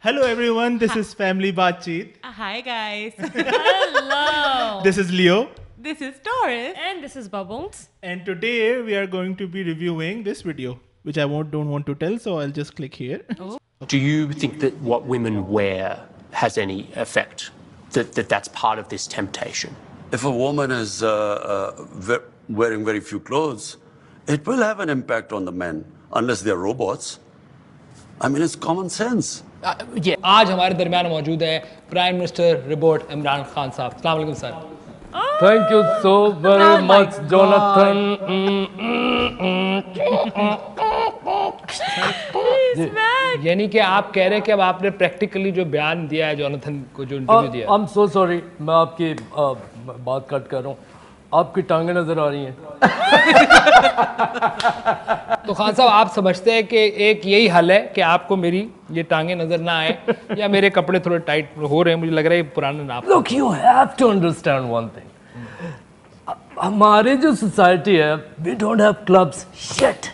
Hello, everyone. This is Family Baatcheet. Hi guys. Hello. This is Leo. this is Doris. and this is Bubbles. And today we are going to be reviewing this video, which I won't, don't want to tell, so I'll just click here. Do you think that what women wear has any effect? That, that that's part of this temptation? If a woman is uh, uh, ve- wearing very few clothes, it will have an impact on the men, unless they're robots. I mean, it's common sense. yeah. آج ہمارے درمیان موجود ہیں prime minister report Imran Khan صاحب السلام علیکم سر Thank you so very much, Jonathan. یعنی کہ آپ کہہ رہے ہیں کہ اب آپ نے پریکٹیکلی جو بیان دیا ہے جونتھن کو جو Uh, انٹرویو دیا ہے I'm so sorry میں آپ کی uh, بات کٹ کر رہا ہوں آپ کی ٹانگیں نظر آ رہی ہیں تو خان صاحب آپ سمجھتے ہیں کہ ایک یہی حل ہے کہ آپ کو میری یہ ٹانگیں نظر نہ آئیں یا میرے کپڑے تھوڑے ٹائٹ ہو رہے ہیں مجھے لگ رہا ہے یہ پرانا ناپ look you have to understand one thing ہماری جو سوسائٹی ہے we don't have clubs shit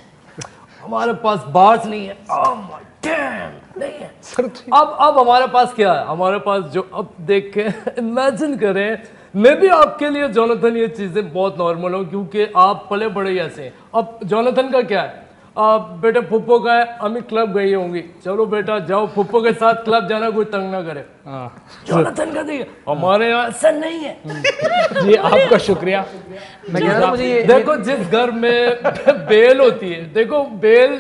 ہمارے پاس بارس نہیں ہے Oh my damn, نہیں ہے اب اب ہمارے پاس کیا ہے ہمارے پاس جو اب دیکھیں امیجن کریں مے بی آپ کے لیے جونتھن یہ چیزیں بہت نارمل ہوں کیونکہ آپ پلے بڑے ہی ایسے ہیں اب جونتھن کا کیا ہے آپ بیٹے پھپھو کا ہے امی کلب گئی ہوں گی چلو بیٹا جاؤ پھپھو کے ساتھ کلب جانا کوئی تنگ نہ کرے ہاں. جونتھن کا دیکھیے ہمارے یہاں ایسا نہیں ہے جی آپ کا شکریہ میں کہہ رہا ہوں جی، مجھے یہ دیکھو جس گھر میں بیل ہوتی ہے دیکھو بیل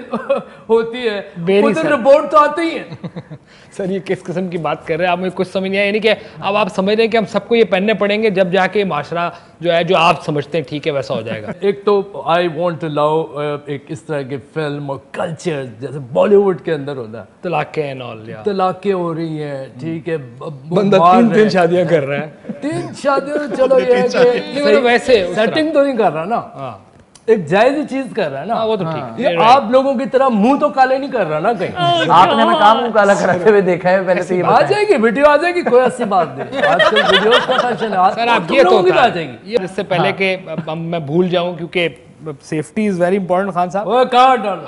ہوتی ہے رپورٹ تو آتی ہی ہے سر یہ کس قسم کی بات کر رہے ہیں آپ مجھے کچھ سمجھ نہیں آیا یعنی کہ اب آپ سمجھ رہے ہیں کہ ہم سب کو یہ پہننے پڑیں گے جب جا کے معاشرہ جو ہے جو آپ سمجھتے ہیں ٹھیک ہے ویسا ہو جائے گا ایک تو I want to love uh, ایک اس طرح کی فلم اور کلچر جیسے بالی ووڈ کے اندر ہوتا ہے طلاقیں and all yeah طلاقیں ہو رہی ہیں ٹھیک ہے بندہ تین تین شادیاں کر رہا ہے تین شادیوں چلو یہ ہے ویسے سیٹنگ تو نہیں کر رہا نا ایک جائز چیز کر رہا ہے نا ہاں۔ وہ تو ٹھیک Oh, یہ آپ لوگوں کی طرح منہ تو کالے نہیں کر رہا نا کہیں آپ نے ہمیں کام کالا کراتے ہوئے دیکھا ہے پہلے تو یہ آ جائے گی ویڈیو آ جائے گی کوئی ایسی بات نہیں آج کل ویڈیوز کا فیشن ہے سر آپ یہ تو آ جائے گی یہ اس سے پہلے ہاں۔ کہ میں بھول جاؤں کیونکہ safety is very important Khan صاحب وہ کہاں ڈال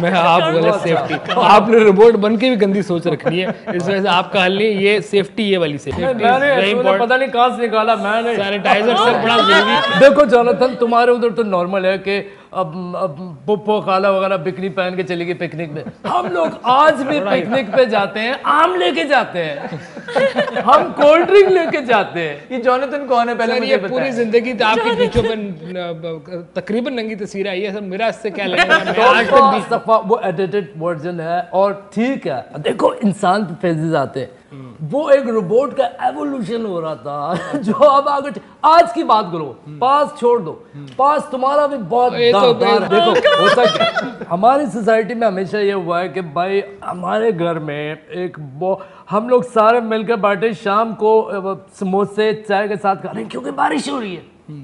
میں آپ غلط سیفٹی آپ نے رپورٹ بن کے بھی گندی سوچ رکھنی ہے اس وجہ سے آپ کا حل نہیں یہ سیفٹی یہ والی سیفٹی میں نے ہاں۔ ویری انہوں نے امپورٹنٹ پتہ نہیں کہاں سے نکالا میں نے سینیٹائزر سر بڑا ضروری دیکھو جونتھن تمہارے ادھر تو نارمل ہے کہ اب اب پپو خالہ وغیرہ بکنی پہن کے چلی گئی پکنک پہ ہم لوگ آج بھی پکنک پہ جاتے ہیں آم لے کے جاتے ہیں ہم کولڈ ڈرنک لے کے جاتے ہیں جونتن کون ہے پہلے سر یہ مجھے پوری زندگی تو آپ کے پیچھوں پہ تقریباً ننگی تصویر آئی ہے سر میرا اس سے کیا لگا میں آج تک بھی آج تک وہ ایڈیٹڈ ورژن ہے اور ٹھیک ہے دیکھو انسان پہ فیزز آتے ہیں وہ ایک روبوٹ کا ایوولوشن ہو رہا تھا جو اب آگے آج کی بات کرو پاس چھوڑ دو پاس تمہارا بھی بہت دامدار ہے دیکھو ہوتا کیا ہے؟ ہماری سوسائٹی میں ہمیشہ یہ ہوا ہے کہ بھائی ہمارے گھر میں ایک بہت- ہم لوگ سارے مل کے بیٹھے شام کو اہ، سموسے چائے کے ساتھ کھا رہے ہیں کیونکہ بارش ہو رہی ہے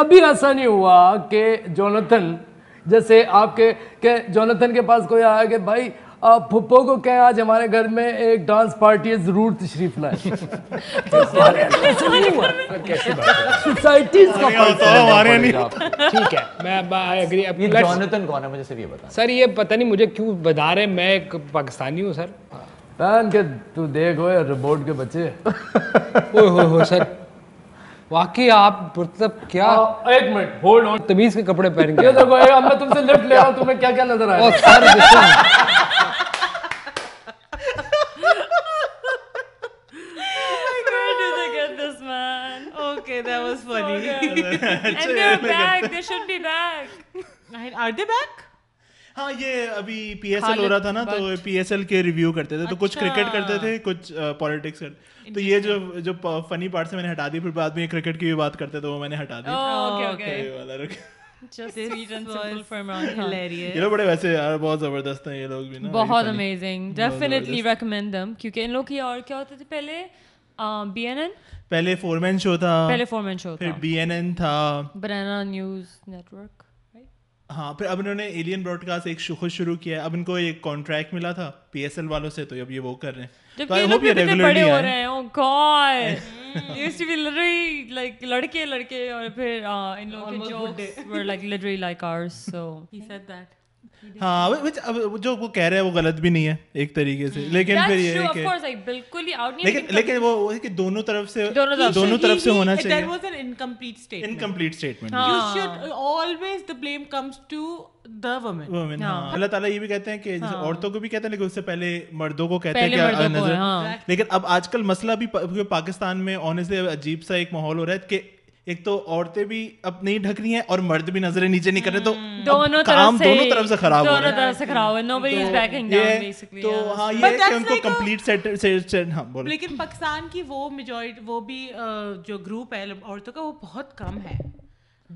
کبھی ایسا نہیں ہوا کہ جونتھن جیسے آپ کے کہ جونتھن کے پاس کوئی آیا کہ بھائی آپ پھپھو کو کہیں آج ہمارے گھر میں ایک ڈانس پارٹی ہے ضرور تشریف لائیں سوسائٹیز کا فرق ہے۔ ہمارے نہیں ٹھیک ہے میں اگری اب یہ جونتن کون ہے مجھے صرف یہ بتا سر یہ پتہ نہیں مجھے کیوں بتا رہے ہیں، میں ایک پاکستانی ہوں سر پہن کے تو دیکھ ہوئے ربوٹ کے بچے اوئے ہوئے ہوئے سر واقعی آپ مطلب کیا ہاں، ایک منٹ ہولڈ آن تمیز کے کپڑے پہن کے یہ دیکھو اے، اب میں تم سے لفٹ لے رہا ہوں تمہیں کیا کیا نظر آیا اور سر جسم Where did they get this man? Okay, that was funny. And they're back. They should be back. Are they back? ہاں یہ ابھی پی ایس ایل ہو رہا تھا نا تو پی ایس ایل کے ریویو کرتے تھے تو کچھ کرکٹ کرتے تھے کچھ پالیٹکس کرتے تو یہ جو جو فنی پارٹ سے میں نے ہٹا دی پھر بعد میں کرکٹ کی بھی بات کرتے تو وہ میں نے ہٹا دی Oh, okay, okay. یہ والا رکھ Just This sweet and simple was for Imran Khan. یہ hilarious. لوگ بڑے ویسے یار بہت زبردست ہیں یہ لوگ بھی نا بہت امیزنگ ڈیفینیٹلی ریکمینڈ دم کیونکہ ان لوگ کی اور کیا ہوتے تھے پہلے بی این این پہلے فور مین شو تھا پہلے فورمین شو پھر تھا بی این این تھا بنانا نیوز نیٹ ورک ہاں پھر اب انہوں نے ایلین براڈ کاسٹ ایک شو خود شروع کیا ہے اب ان کو ایک کانٹریکٹ ملا تھا پی ایس ایل والوں سے تو اب یہ وہ کر رہے ہیں جب تو یہ آئی لوگ ہوپ یہ بھی اتنے بڑے ریگولرلی ہو آئے رہے ہیں oh God used to be literally like لڑکے uh, لڑکے اور پھر ان لوگوں کے jokes were like literally like آرز سو He said that. ہاں which- اب جو وہ کہہ رہے ہیں وہ غلط بھی نہیں ہے ایک طریقے سے لیکن پھر یہ ہے کہ لیکن لیکن وہ وہ ہے کہ دونوں طرف سے دونوں طرف سے۔ دونوں طرف سے ہونا That چاہیے was an incomplete statement. Incomplete statement ہاں۔ You should always the blame comes to the woman. Women، ہاں۔ اللہ تعالیٰ یہ بھی کہتے ہیں کہ جیسے عورتوں کو بھی کہتے ہیں لیکن اس سے پہلے مردوں کو کہتے ہیں پہلے کہ مردوں کو، نظر- ہاں۔ لیکن اب آج کل مسئلہ بھی پا- کیونکہ پاکستان میں آنےسٹلی عجیب سا ایک ماحول ہو رہا ہے کہ ایک تو عورتیں بھی اب نہیں ڈھک رہی ہیں اور مرد بھی نظریں نیچے نہیں کر رہے تو اب کام دونوں طرف سے خراب ہو رہا ہے یہ- تو ہاں یہ But ہے کہ that's ان کو like a- کمپلیٹ ہاں بولو لیکن پاکستان کی وہ میجورٹی وہ بھی جو گروپ ہے عورتوں کا وہ بہت کم ہے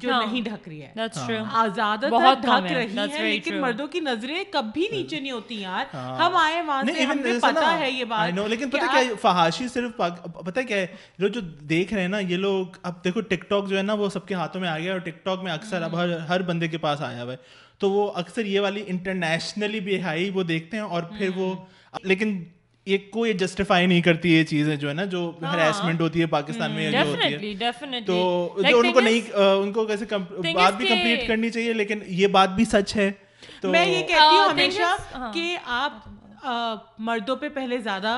جو نہیں ڈھک رہی ہے زیادہ تر ڈھک رہی ہے لیکن مردوں کی نظریں کبھی نیچے نہیں ہوتی یار ہاں۔ ہم آئے وہاں سے ہم نے پتا ہے یہ بات لیکن پتہ کیا فحاشی صرف پتہ کیا ہے جو جو دیکھ رہے ہیں نا یہ لوگ اب دیکھو ٹک ٹاک جو ہے نا وہ سب کے ہاتھوں میں آ گیا اور ٹک ٹاک میں اکثر اب ہر ہر بندے کے پاس آیا ہوا ہے تو وہ اکثر یہ والی انٹرنیشنلی بھی ہائی وہ دیکھتے ہیں اور پھر وہ لیکن یہ کوئی جسٹیفائی نہیں کرتی یہ چیزیں جو ہے نا جو ہاں۔ ہراسمنٹ ہوتی ہے پاکستان میں جو ہوتی ہے تو ان کو نہیں ان کو کیسے بات بھی کمپلیٹ کرنی چاہیے لیکن یہ بات بھی سچ ہے تو میں یہ کہتی ہوں ہمیشہ کہ آپ مردوں پہ پہلے زیادہ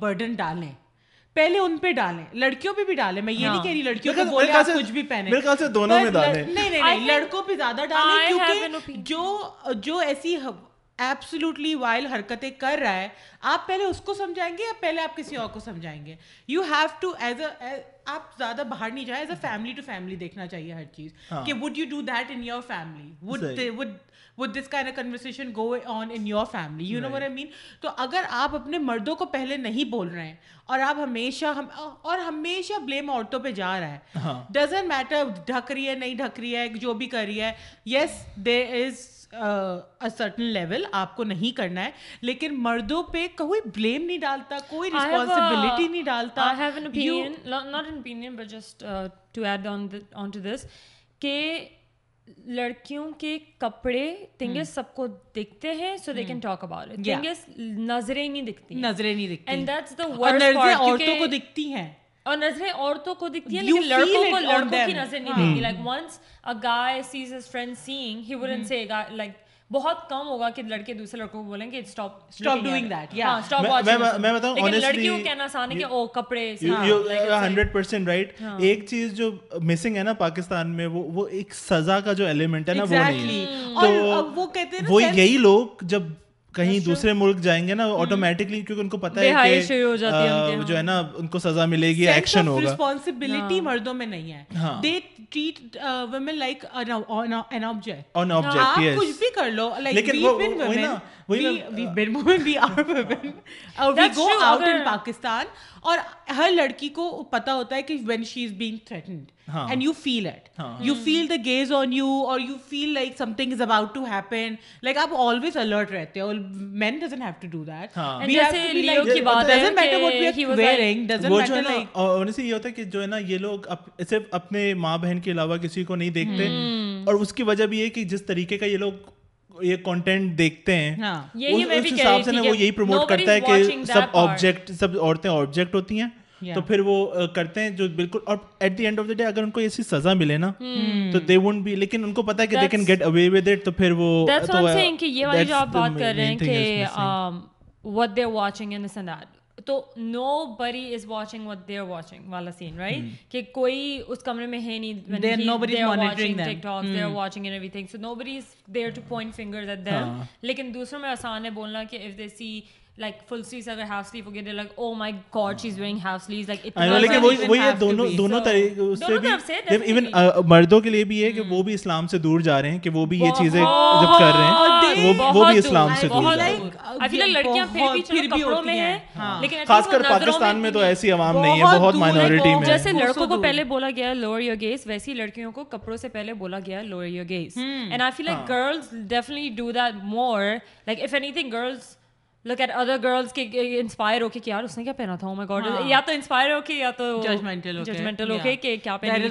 برڈن ڈالیں پہلے ان پہ ڈالیں لڑکیوں پہ بھی ڈالیں میں یہ نہیں کہہ رہی لڑکیوں کو بولے آپ کچھ بھی پہنے میرے خیال سے دونوں میں ڈالیں نہیں نہیں لڑکوں پہ زیادہ ڈالیں کیونکہ جو جو ایسی ایبسولوٹلی وائل حرکتیں کر رہا ہے آپ پہلے اس کو سمجھائیں گے یا پہلے آپ کسی اور کو سمجھائیں گے you have to as a آپ زیادہ باہر نہیں جائیں as a family to family دیکھنا چاہیے ہر چیز کہ would you do that in your family would would would this kind conversation go on in your family you know what I mean تو اگر آپ اپنے مردوں کو پہلے نہیں بول رہے ہیں اور آپ ہمیشہ ہم اور ہمیشہ بلیم عورتوں پہ جا رہا ہے ڈزنٹ میٹر ڈھک رہی ہے نہیں ڈھک رہی ہے جو بھی کر رہی ہے yes they is uh, certain level آپ کو نہیں کرنا ہے لیکن مردوں پہ کوئی بلیم نہیں ڈالتا کوئی رسپانسبلٹی نہیں ڈالتا uh, لڑکیوں کے کپڑے تنگس Hmm. سب کو دکھتے ہیں so they can talk about things نظریں نہیں دکھتی نظریں نہیں دکھتی اینڈ دیٹس دا اور ورسٹ نظریں پارٹ عورتوں کو دکھتی ہیں اور نظریں عورتوں کو دکھتی ہیں You لیکن feel لڑکوں it کو on لڑکوں کی them. Hmm. نظر نہیں دکھتی like once a guy Cs his friend seeing he wouldn't Hmm. سے لائک بہت کم ہوگا کہ لڑکے دوسرے لڑکوں کو بولیں گے stop doing that, yeah. Stop میں- واچنگ میں- میں بتاؤں لیکن honestly- لڑکیوں کو کہنا آسان ہے کہ او کپڑے ہاں۔ ہاں، ہنڈریڈ پرسینٹ رائٹ ایک چیز جو مسنگ ہے نا پاکستان میں وہ وہ ایک سزا کا جو ایلیمنٹ ہے نا وہ Exactly. نہیں اور اب وہ کہتے ہیں نا وہ self- یہی لوگ جب کہیں دوسرے ملک جائیں گے نا Hmm. آٹومیٹکلی کیونکہ ان کو پتا ہے کہ جو ہے نا ان کو سزا ملے گی ایکشن ہوگا ہاں۔ رسپانسبلٹی مردوں میں نہیں ہے uh, they treat women like an object on ہاں، آپ آبجیکٹ کچھ بھی کر لو لیکن وہ- وہ- وہی نا، وہی نا، Uh, لائک پاکستان اور ہر لڑکی کو پتا ہوتا ہے کہ when she is being threatened ہاں۔ And you feel it you feel the gaze on you اور you feel like something is about to happen like آپ آلویز الرٹ رہتے ہو man doesn't have to do that ہاں۔ وہ جو ہے نا لائک honestly یہ ہوتا ہے کہ جو ہے نا یہ لوگ اپ- صرف اپنے ماں بہن کے علاوہ کسی کو نہیں دیکھتے Hmm. اور اس کی وجہ بھی یہ ہے کہ جس طریقے کا یہ لوگ یہ کنٹینٹ دیکھتے ہیں ہاں۔ یہی میں اس- اس بھی کہہ حساب رہی سے تھی نا کہ وہ یہی promote nobody's کرتا ہے watching کہ that سب part. object- سب عورتیں object ہوتی ہیں تو پھر وہ uh, کرتے ہیں جو بالکل اور at the end of the day اگر ان کو ایسی سزا ملے نا Hmm. تو دے وونٹ بھی لیکن ان کو پتا ہے کہ they can get away with it تو پھر وہ دیٹس تو, واٹ uh, سیئنگ کہ یہ والی that's جو آپ the بات کر رہے ہیں main thing is کہ um, missing. What they watching and that تو nobody is watching what they are watching والا سین Hmm. رائٹ کہ کوئی اس کمرے میں ہے یعنی They- nobody's monitoring them. Hmm. نہیں so nobody is there to point finger at them لیکن دوسروں میں آسان ہے بولنا کہ if they see like full sleeves اگر ہاف سلیو ہو گئے like oh my God she is wearing half sleeves like I know، لیکن وہی وہی ہے دونوں دونوں طریقوں سے بھی ایون مردوں کے لیے بھی ہے کہ وہ بھی اسلام سے دور جا رہے ہیں کہ وہ بھی یہ چیزیں جب کر رہے ہیں وہ بھی اسلام سے دور جا رہے ہیں لڑکیاں پھر بھی کپڑوں میں ہیں لیکن خاص کر پاکستان میں تو ایسی عوام نہیں ہے بہت مائنورٹی میں جیسے لڑکوں کو پہلے بولا گیا لوور یور گیز ویسی لڑکیوں کو کپڑوں سے پہلے بولا گیا lower your gaze and I feel like girls definitely do that more like if anything girls look at other girls کے انسپائر ہو کے یار اس نے کیا پہنا تھا او مائی گاڈ یا تو انسپائر ہو کے یا تو oh, ججمنٹل ہو کے کہ کیا پہن رہی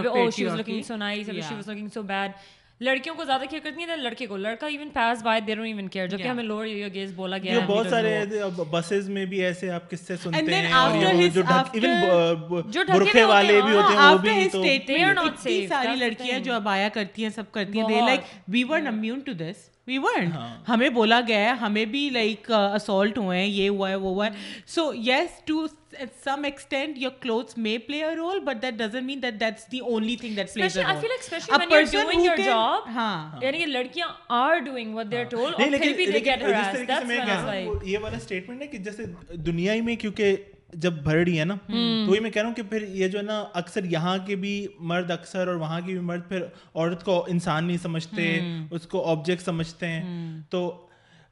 تھی oh she was looking so nice she was looking so bad لڑکیوں کو زیادہ کیئر کرتی ہیں than لڑکے کو لڑکا even pass by they don't even care جبکہ ہمیں لوور گیز بولا گیا یہ ہے بہت سارے بسز میں بھی ایسے آپ کس سے سنتے ہیں برقعے والے بھی ہوتے ہیں وہ بھی تو ساری لڑکیاں جو اب آیا کرتی ہیں سب کرتی ہیں like we weren't immune to this we weren't ہمیں بولا گیا ہے ہمیں بھی لائک اسالٹ ہوئے ہیں یہ ہوا ہے وہ ہوا ہے so yes to some extent your clothes may play a role but that doesn't mean that that's the only thing that please ہاں یعنی کہ لڑکیاں are doing what they are told نہیں اور پھر بھی لیکن دے گیٹ لیکن جس طریقے سے میں کہہ رہا ہوں، یہ والا اسٹیٹمنٹ ہے کہ جیسے دنیا ہی میں کیونکہ جب بھر رہی ہے نا تو وہی میں کہہ رہا ہوں کہ پھر یہ جو ہے نا اکثر یہاں کے بھی مرد اکثر اور وہاں کے بھی مرد پھر عورت کو انسان نہیں سمجھتے اس کو آبجیکٹ سمجھتے ہیں تو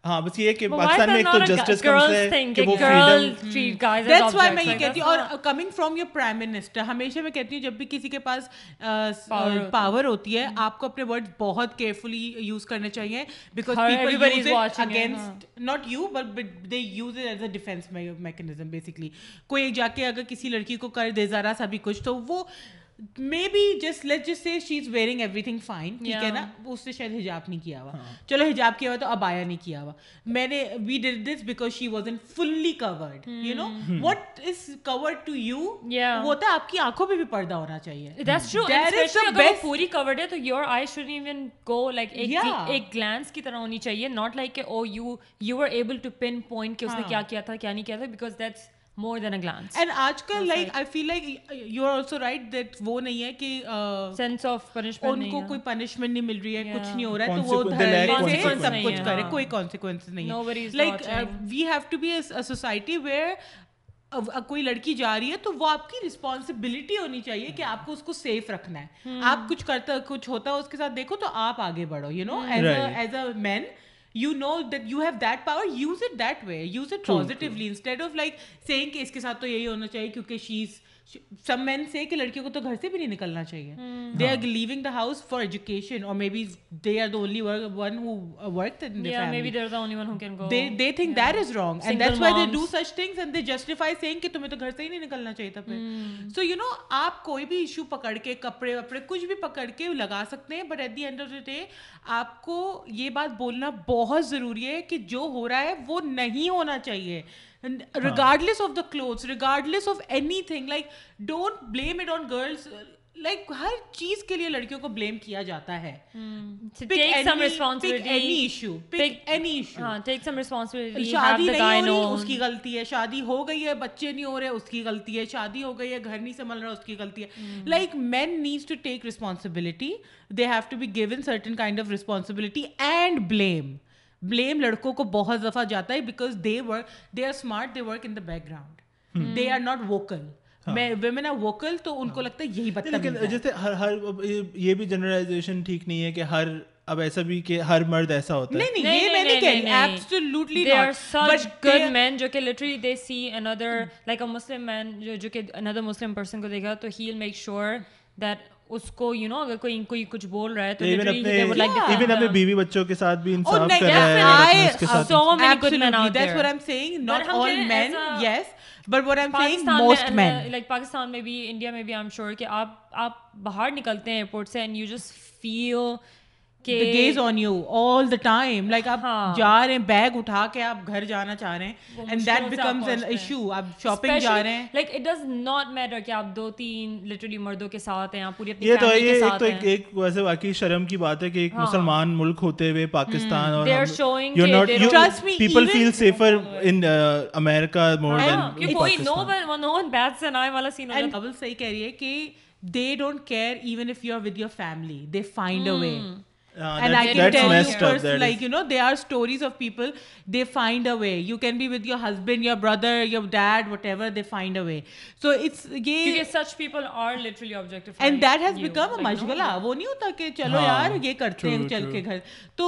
ہاں بس یہ کہ پاکستان میں ایک تو جسٹس کا مسئلہ ہے کہ وہ فریڈم دیٹس وائی میں یہ کہتی ہوں اور coming from your prime minister ہمیشہ میں کہتی ہوں جب بھی کسی کے پاس پاور ہوتی ہے آپ کو اپنے ورڈ بہت کیئرفلی یوز کرنے چاہیے because against not you but they use it as a defence mechanism basically کوئی جا کے اگر کسی لڑکی کو کر دے ذرا سا بھی کچھ تو وہ مے بی جسٹ لیٹ جس سے she is wearing everything fine ٹھیک ہے نا اس نے شاید حجاب نہیں کیا ہوا چلو حجاب کیا ہوا تو ابایا نہیں کیا ہوا میں نے we did this because she was in fully covered you know what is covered to you وہ تو آپ کی آنکھوں پہ بھی پردہ ہونا چاہیے پوری کورڈ ہے تو your eye should even go like ایک گلانس کی طرح ہونی چاہیے ناٹ لائک کہ oh you you are able to pinpoint کہ اس نے کیا کیا تھا کیا نہیں کیا تھا because that's more than a glance and آج کل like I feel like you are also right that وہ نہیں ہے کہ سینس آف پنشمنٹ ان کو کوئی پنشمنٹ نہیں مل رہی ہے کچھ نہیں ہو رہا ہے تو وہ سب کچھ کرے کوئی کانسیکوینس نہیں uh, like we have to be society where کوئی لڑکی جا رہی ہے تو وہ آپ کی رسپانسبلٹی ہونی چاہیے کہ آپ کو اس کو سیف رکھنا ہے آپ کچھ کرتا کچھ ہوتا ہے اس کے ساتھ دیکھو تو آپ آگے بڑھو you know as a man you know that you have that power use it that way use it positively instead of like saying کہ اس کے ساتھ تو یہی ہونا چاہیے کیونکہ شیز سب مین سے کہ لڑکیوں کو تو گھر سے بھی نہیں نکلنا چاہیے they are leaving the house for education اور maybe they are the only one who work maybe there is only one who can go they they think that is wrong and that's why they do such things and they justify saying کہ تمہیں تو گھر سے ہی نہیں نکلنا چاہیے تھا پھر سو یو نو آپ کوئی بھی ایشو پکڑ کے کپڑے وپڑے کچھ بھی پکڑ کے لگا سکتے ہیں but at the end of the day آپ کو یہ بات بولنا بہت ضروری ہے کہ جو ہو رہا ہے وہ نہیں ہونا چاہیے regardless of the clothes regardless of anything like don't blame it on girls like ہر چیز کے لیے لڑکیوں کو blame کیا جاتا ہے Hmm. ٹیک سم ریسپانسبلٹی شادی نہیں ہو رہی اس کی غلطی ہے شادی ہو گئی ہے بچے نہیں ہو رہے اس کی غلطی ہے شادی ہو گئی ہے گھر نہیں سنبھل رہا اس کی غلطی ہے like main needs to take responsibility they have to be given certain kind of responsibility and blame blame لڑکوں کو بہت دفعہ جاتا ہے because they work they are smart they work in the background they are not vocal میں women are vocal تو ان کو لگتا ہے یہی لیکن بتا جیسے ہر ہر یہ بھی جنرلائزیشن ٹھیک نہیں ہے کہ ہر اب ایسا بھی کہ ہر مرد ایسا ہوتا ہے نہیں نہیں یہ میں نے کہی ایون ایون اپنے بیوی بچوں کے ساتھ بھی Oh, انصاف کر رہا ہے اپنے اس کے ساتھ uh, پاکستان میں بھی انڈیا میں بھی آئی ایم شیور کہ آپ آپ باہر نکلتے ہیں ایئرپورٹ سے اینڈ یو جسٹ فیل کہ gaze on you all the time like آپ جا رہے ہیں بیگ اٹھا کے آپ گھر جانا چاہ رہے ہیں and that becomes an issue آپ شاپنگ جا رہے ہیں like it does not matter کہ آپ دو تین لٹرلی مردوں کے ساتھ ہیں آپ پوری اپنی یہ تو فیملی کے یہ ایک ساتھ تو ایک ہیں ایک ویسے واقعی شرم کی بات ہے کہ ایک مسلمان ملک ہوتے ہوئے پاکستان اور They are showing یو کہ not they you don't- Trust me, people even- feel safer in America more کہ دین کوئی نو نو ون بیڈ سے نائے والا سین اینڈ ببل صحیح کہہ رہی ہے کہ they don't care even if you are with your family they find a way uh, And I can tell you first, like, you know, there are stories of people, they find a way. You can be with your husband, your brother, your dad, whatever, they find a way. So it's, کیونکہ یہ سچ people are literally objective and that has become مشغلہ وہ نہیں ہوتا کہ چلو یار یہ کرتے ہیں چل کے گھر تو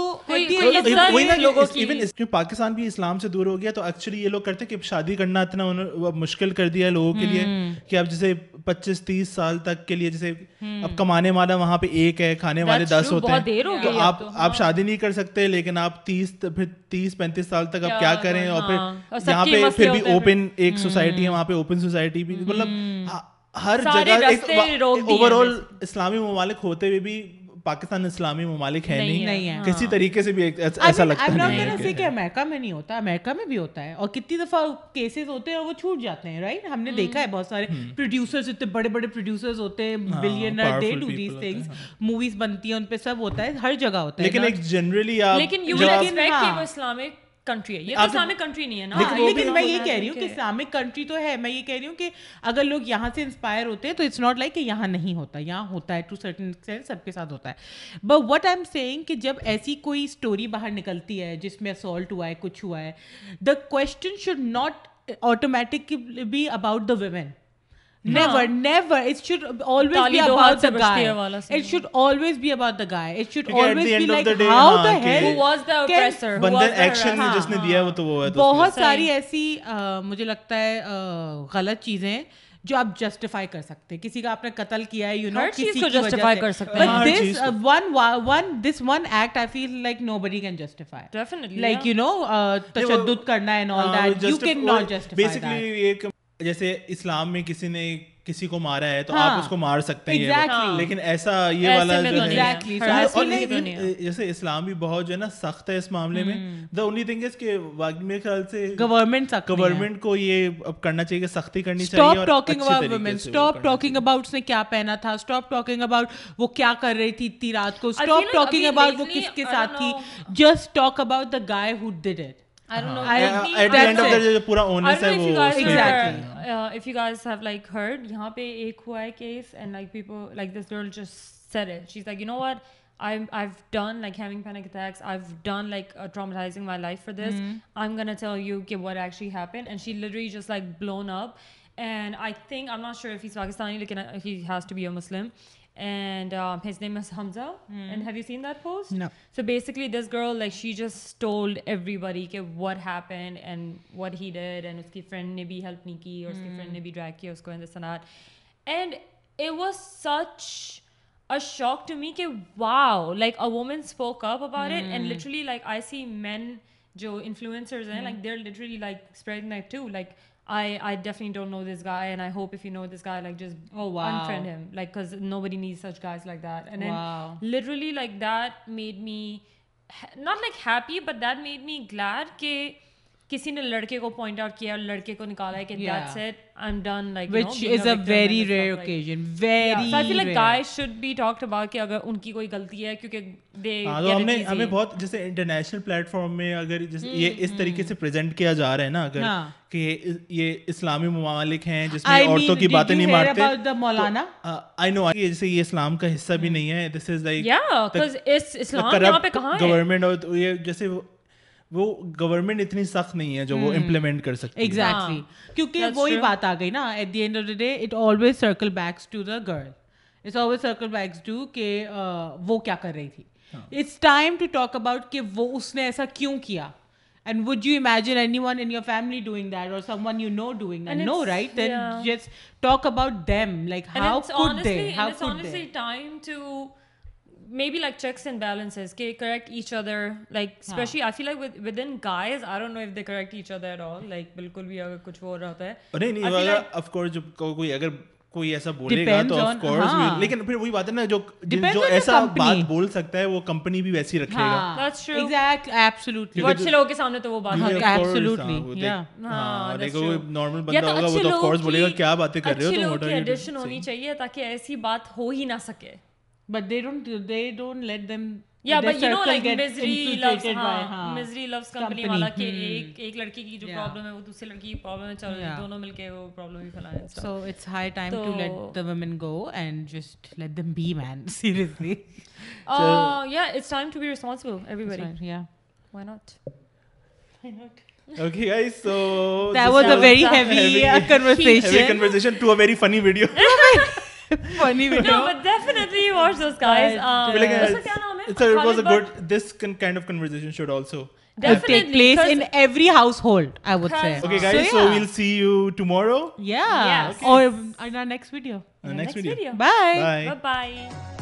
پاکستان بھی اسلام سے دور ہو گیا تو ایکچولی یہ لوگ کرتے کہ شادی کرنا اتنا مشکل کر دیا ہے لوگوں کے لیے کہ اب جیسے پچیس تیس سال تک کے لیے جیسے اب کمانے والا وہاں پہ ایک ہے کھانے والے دس ہوتے ہیں تو آپ آپ شادی نہیں کر سکتے لیکن آپ تیس پھر تیس پینتیس سال تک آپ کیا کریں اور پھر یہاں پہ پھر بھی اوپن ایک سوسائٹی ہے وہاں پہ اوپن سوسائٹی بھی مطلب ہر جگہ اوور آل اسلامی ممالک ہوتے ہوئے بھی پاکستان اسلامی ممالک ہے نہیں نہیں ہے ہاں۔ نہیں کسی طریقے سے بھی ایک- ایس- ایسا لگتا نہیں ہے سے کہ امریکہ میں نہیں ہوتا امریکہ میں بھی ہوتا ہے اور کتنی دفعہ کیسز ہوتے ہیں اور وہ چھوٹ جاتے ہیں رائٹ ہم نے دیکھا ہے بہت سارے پروڈیوسرز اتنے بڑے بڑے پروڈیوسرز ہوتے ہیں billion they powerful do these people ہوتے تھنگس موویز بنتی ہیں ان پہ سب ہوتا ہے ہر جگہ ہوتا ہے لیکن ایک جنرلی لیکن یو ایکسپیکٹ کہ وہ اسلامک کنٹری ہے یہ تو اسلامک کنٹری نہیں ہے نا ہاں۔ لیکن میں یہ کہہ رہی ہوں کہ اسلامک کنٹری تو ہے میں یہ کہہ رہی ہوں کہ اگر لوگ یہاں سے انسپائر ہوتے ہیں تو اٹس ناٹ لائک کہ یہاں نہیں ہوتا یہاں ہوتا ہے ٹو سرٹن ایکسٹینٹ سب کے ساتھ ہوتا ہے but what I am seeing کہ جب ایسی کوئی اسٹوری باہر نکلتی ہے جس میں اسالٹ ہوا ہے کچھ ہوا ہے the question should not automatically be about the women never never it should always be about the guy it should always be about the guy it should always be like how the hell was the oppressor بندر action میں جس نے دیا ہے وہ تو وہ ہے تو ہاں۔ بہت ساری ایسی مجھے لگتا ہے غلط چیزیں جو آپ جسٹیفائی کر سکتے ہیں کسی کا آپ نے قتل کیا ہے you know this one act I feel like nobody can justify like you know تشدد کرنا اینڈ ہاں، all that you can not justify basically ایک جیسے اسلام میں کسی نے کسی کو مارا ہے تو ہاں۔ آپ اس کو مار سکتے ہیں لیکن ایسا یہ والا جیسے اسلام بھی بہت جو ہے نا سخت ہے اس معاملے میں دا اونلی تھنگ از کہ میرے خیال سے گورنمنٹ گورنمنٹ کو یہ اب کرنا چاہیے کہ سختی کرنی چاہیے stop talking about women stop talking about اس نے کیا پہنا تھا اسٹاپ ٹاکنگ اباؤٹ وہ کیا کر رہی تھی اتنی رات کو اسٹاپ ٹاکنگ اباؤٹ وہ کس کے ساتھ تھی just talk about the guy who did it at the end of the جو پورا اونس ہے وہ if you guys have like heard یہاں پہ ایک ہوا ہے case and like people like this girl just said it she's like you know what I've, I've done like having panic attacks. I've done like uh, traumatizing my life for this. I'm gonna tell you okay, what actually happened. And she literally just like blown up. And I think I'm not sure if he's Pakistani, like uh, he has to be a Muslim. And um, his name is Hamza. And have you seen that post? No. So basically, this girl, like, she just told everybody ke what happened and what he did, and uski friend ne bhi help nahi ki, or uski friend ne Hmm. bhi drag kiya usko and this and that. And it was such a shock to me ke wow, like a woman spoke up about it, Hmm. and literally, like, I see men, jo influencers, and Hmm. like they're literally like spreading that too, like. I, I definitely don't know this guy and I hope if you know this guy like just Oh, wow. unfriend him like because nobody needs such guys like that and then Wow. literally like that made me not like happy but that made me glad کہ کسی نے لڑکے کو point out کیا لڑکے کو نکالا ہے کہ Yeah. that's it I'm done like you know, which being as a victim and very it's rare not like- occasion Yeah, so I feel like very guys should be talked about کہ اگر ان کی کوئی غلطی ہے کیونکہ they ہاں get تو ہم it نے easy. ہمیں بہت جیسے انٹرنیشنل پلیٹ فارم میں اگر جیسے یہ Hmm. اس طریقے سے پریزنٹ کیا جا رہا ہے نا اگر ہاں۔ کہ یہ اسلامی ممالک ہیں جس میں عورتوں کی باتیں نہیں مارتے مولانا آئی نو جیسے یہ اسلام کا حصہ بھی نہیں ہے this is like Hmm. yeah because اس اسلام یہاں پہ کرپٹ کہاں ہے گورنمنٹ اور یہ جیسے وہ گورنمنٹ اتنی سخت نہیں ہے جو Hmm. وہ امپلیمنٹ کر سکتی ہے ایگزیکٹلی Ah, کیونکہ وہی بات آ گئی نا at the end of the day it always circle backs to the girl it's always circle backs to کہ وہ کیا کر رہی تھی Ah. It's time to talk about کہ وہ اس نے ایسا کیوں کیا and would you imagine anyone in your family doing that اور someone you know doing that no right then just talk about them like And how it's could honestly- they and how it's could honestly they time to maybe like checks and balances okay correct each other like especially i feel like with, within guys i don't know if they correct each other at all like بالکل بھی اگر کچھ ہو رہا ہوتا ہے نہیں نہیں of course جب کوئی اگر کوئی ایسا بولے گا تو آف کورس لیکن پھر وہی بات ہے نا جو جو ایسا بات بول سکتا ہے وہ کمپنی بھی ویسی رکھے گا that's true ایگزیکٹ ایبسلوٹلی وہ اچھے لوگوں کے سامنے تو وہ بات ہوتی ہے نارمل بندہ ہوگا وہ یا تو اچھے تو آف لوگوں کورس بولے گا کی- کیا باتیں کر اچھے رہے لوگوں ہو کی addition تم ہونی چاہیے تاکہ ایسی بات ہو ہی نہ سکے but they don't they don't let them یا but you know like misery loves misery loves company والا کہ hmm. ایک ایک لڑکی کی جو پرابلم ہے وہ دوسری لڑکی کی پرابلم ہے چلو دونوں مل کے وہ پرابلم ہی پھیلائیں and stuff. So it's high time to let the women go and just let them be main seriously Uh, yeah, it's time to be responsible, everybody. Why not? Okay guys so that was a very heavy conversation conversation to a very funny video فنی video No, but definitely watch those guys. Um, اس کا کیا نام ہے? Sir it was a Khalid Bhatt. Good this kind of conversation should also take Definitely. Place in 'cause- every household I would say okay guys so we'll see you tomorrow یا اور next video next Next video. Video bye bye Bye-bye.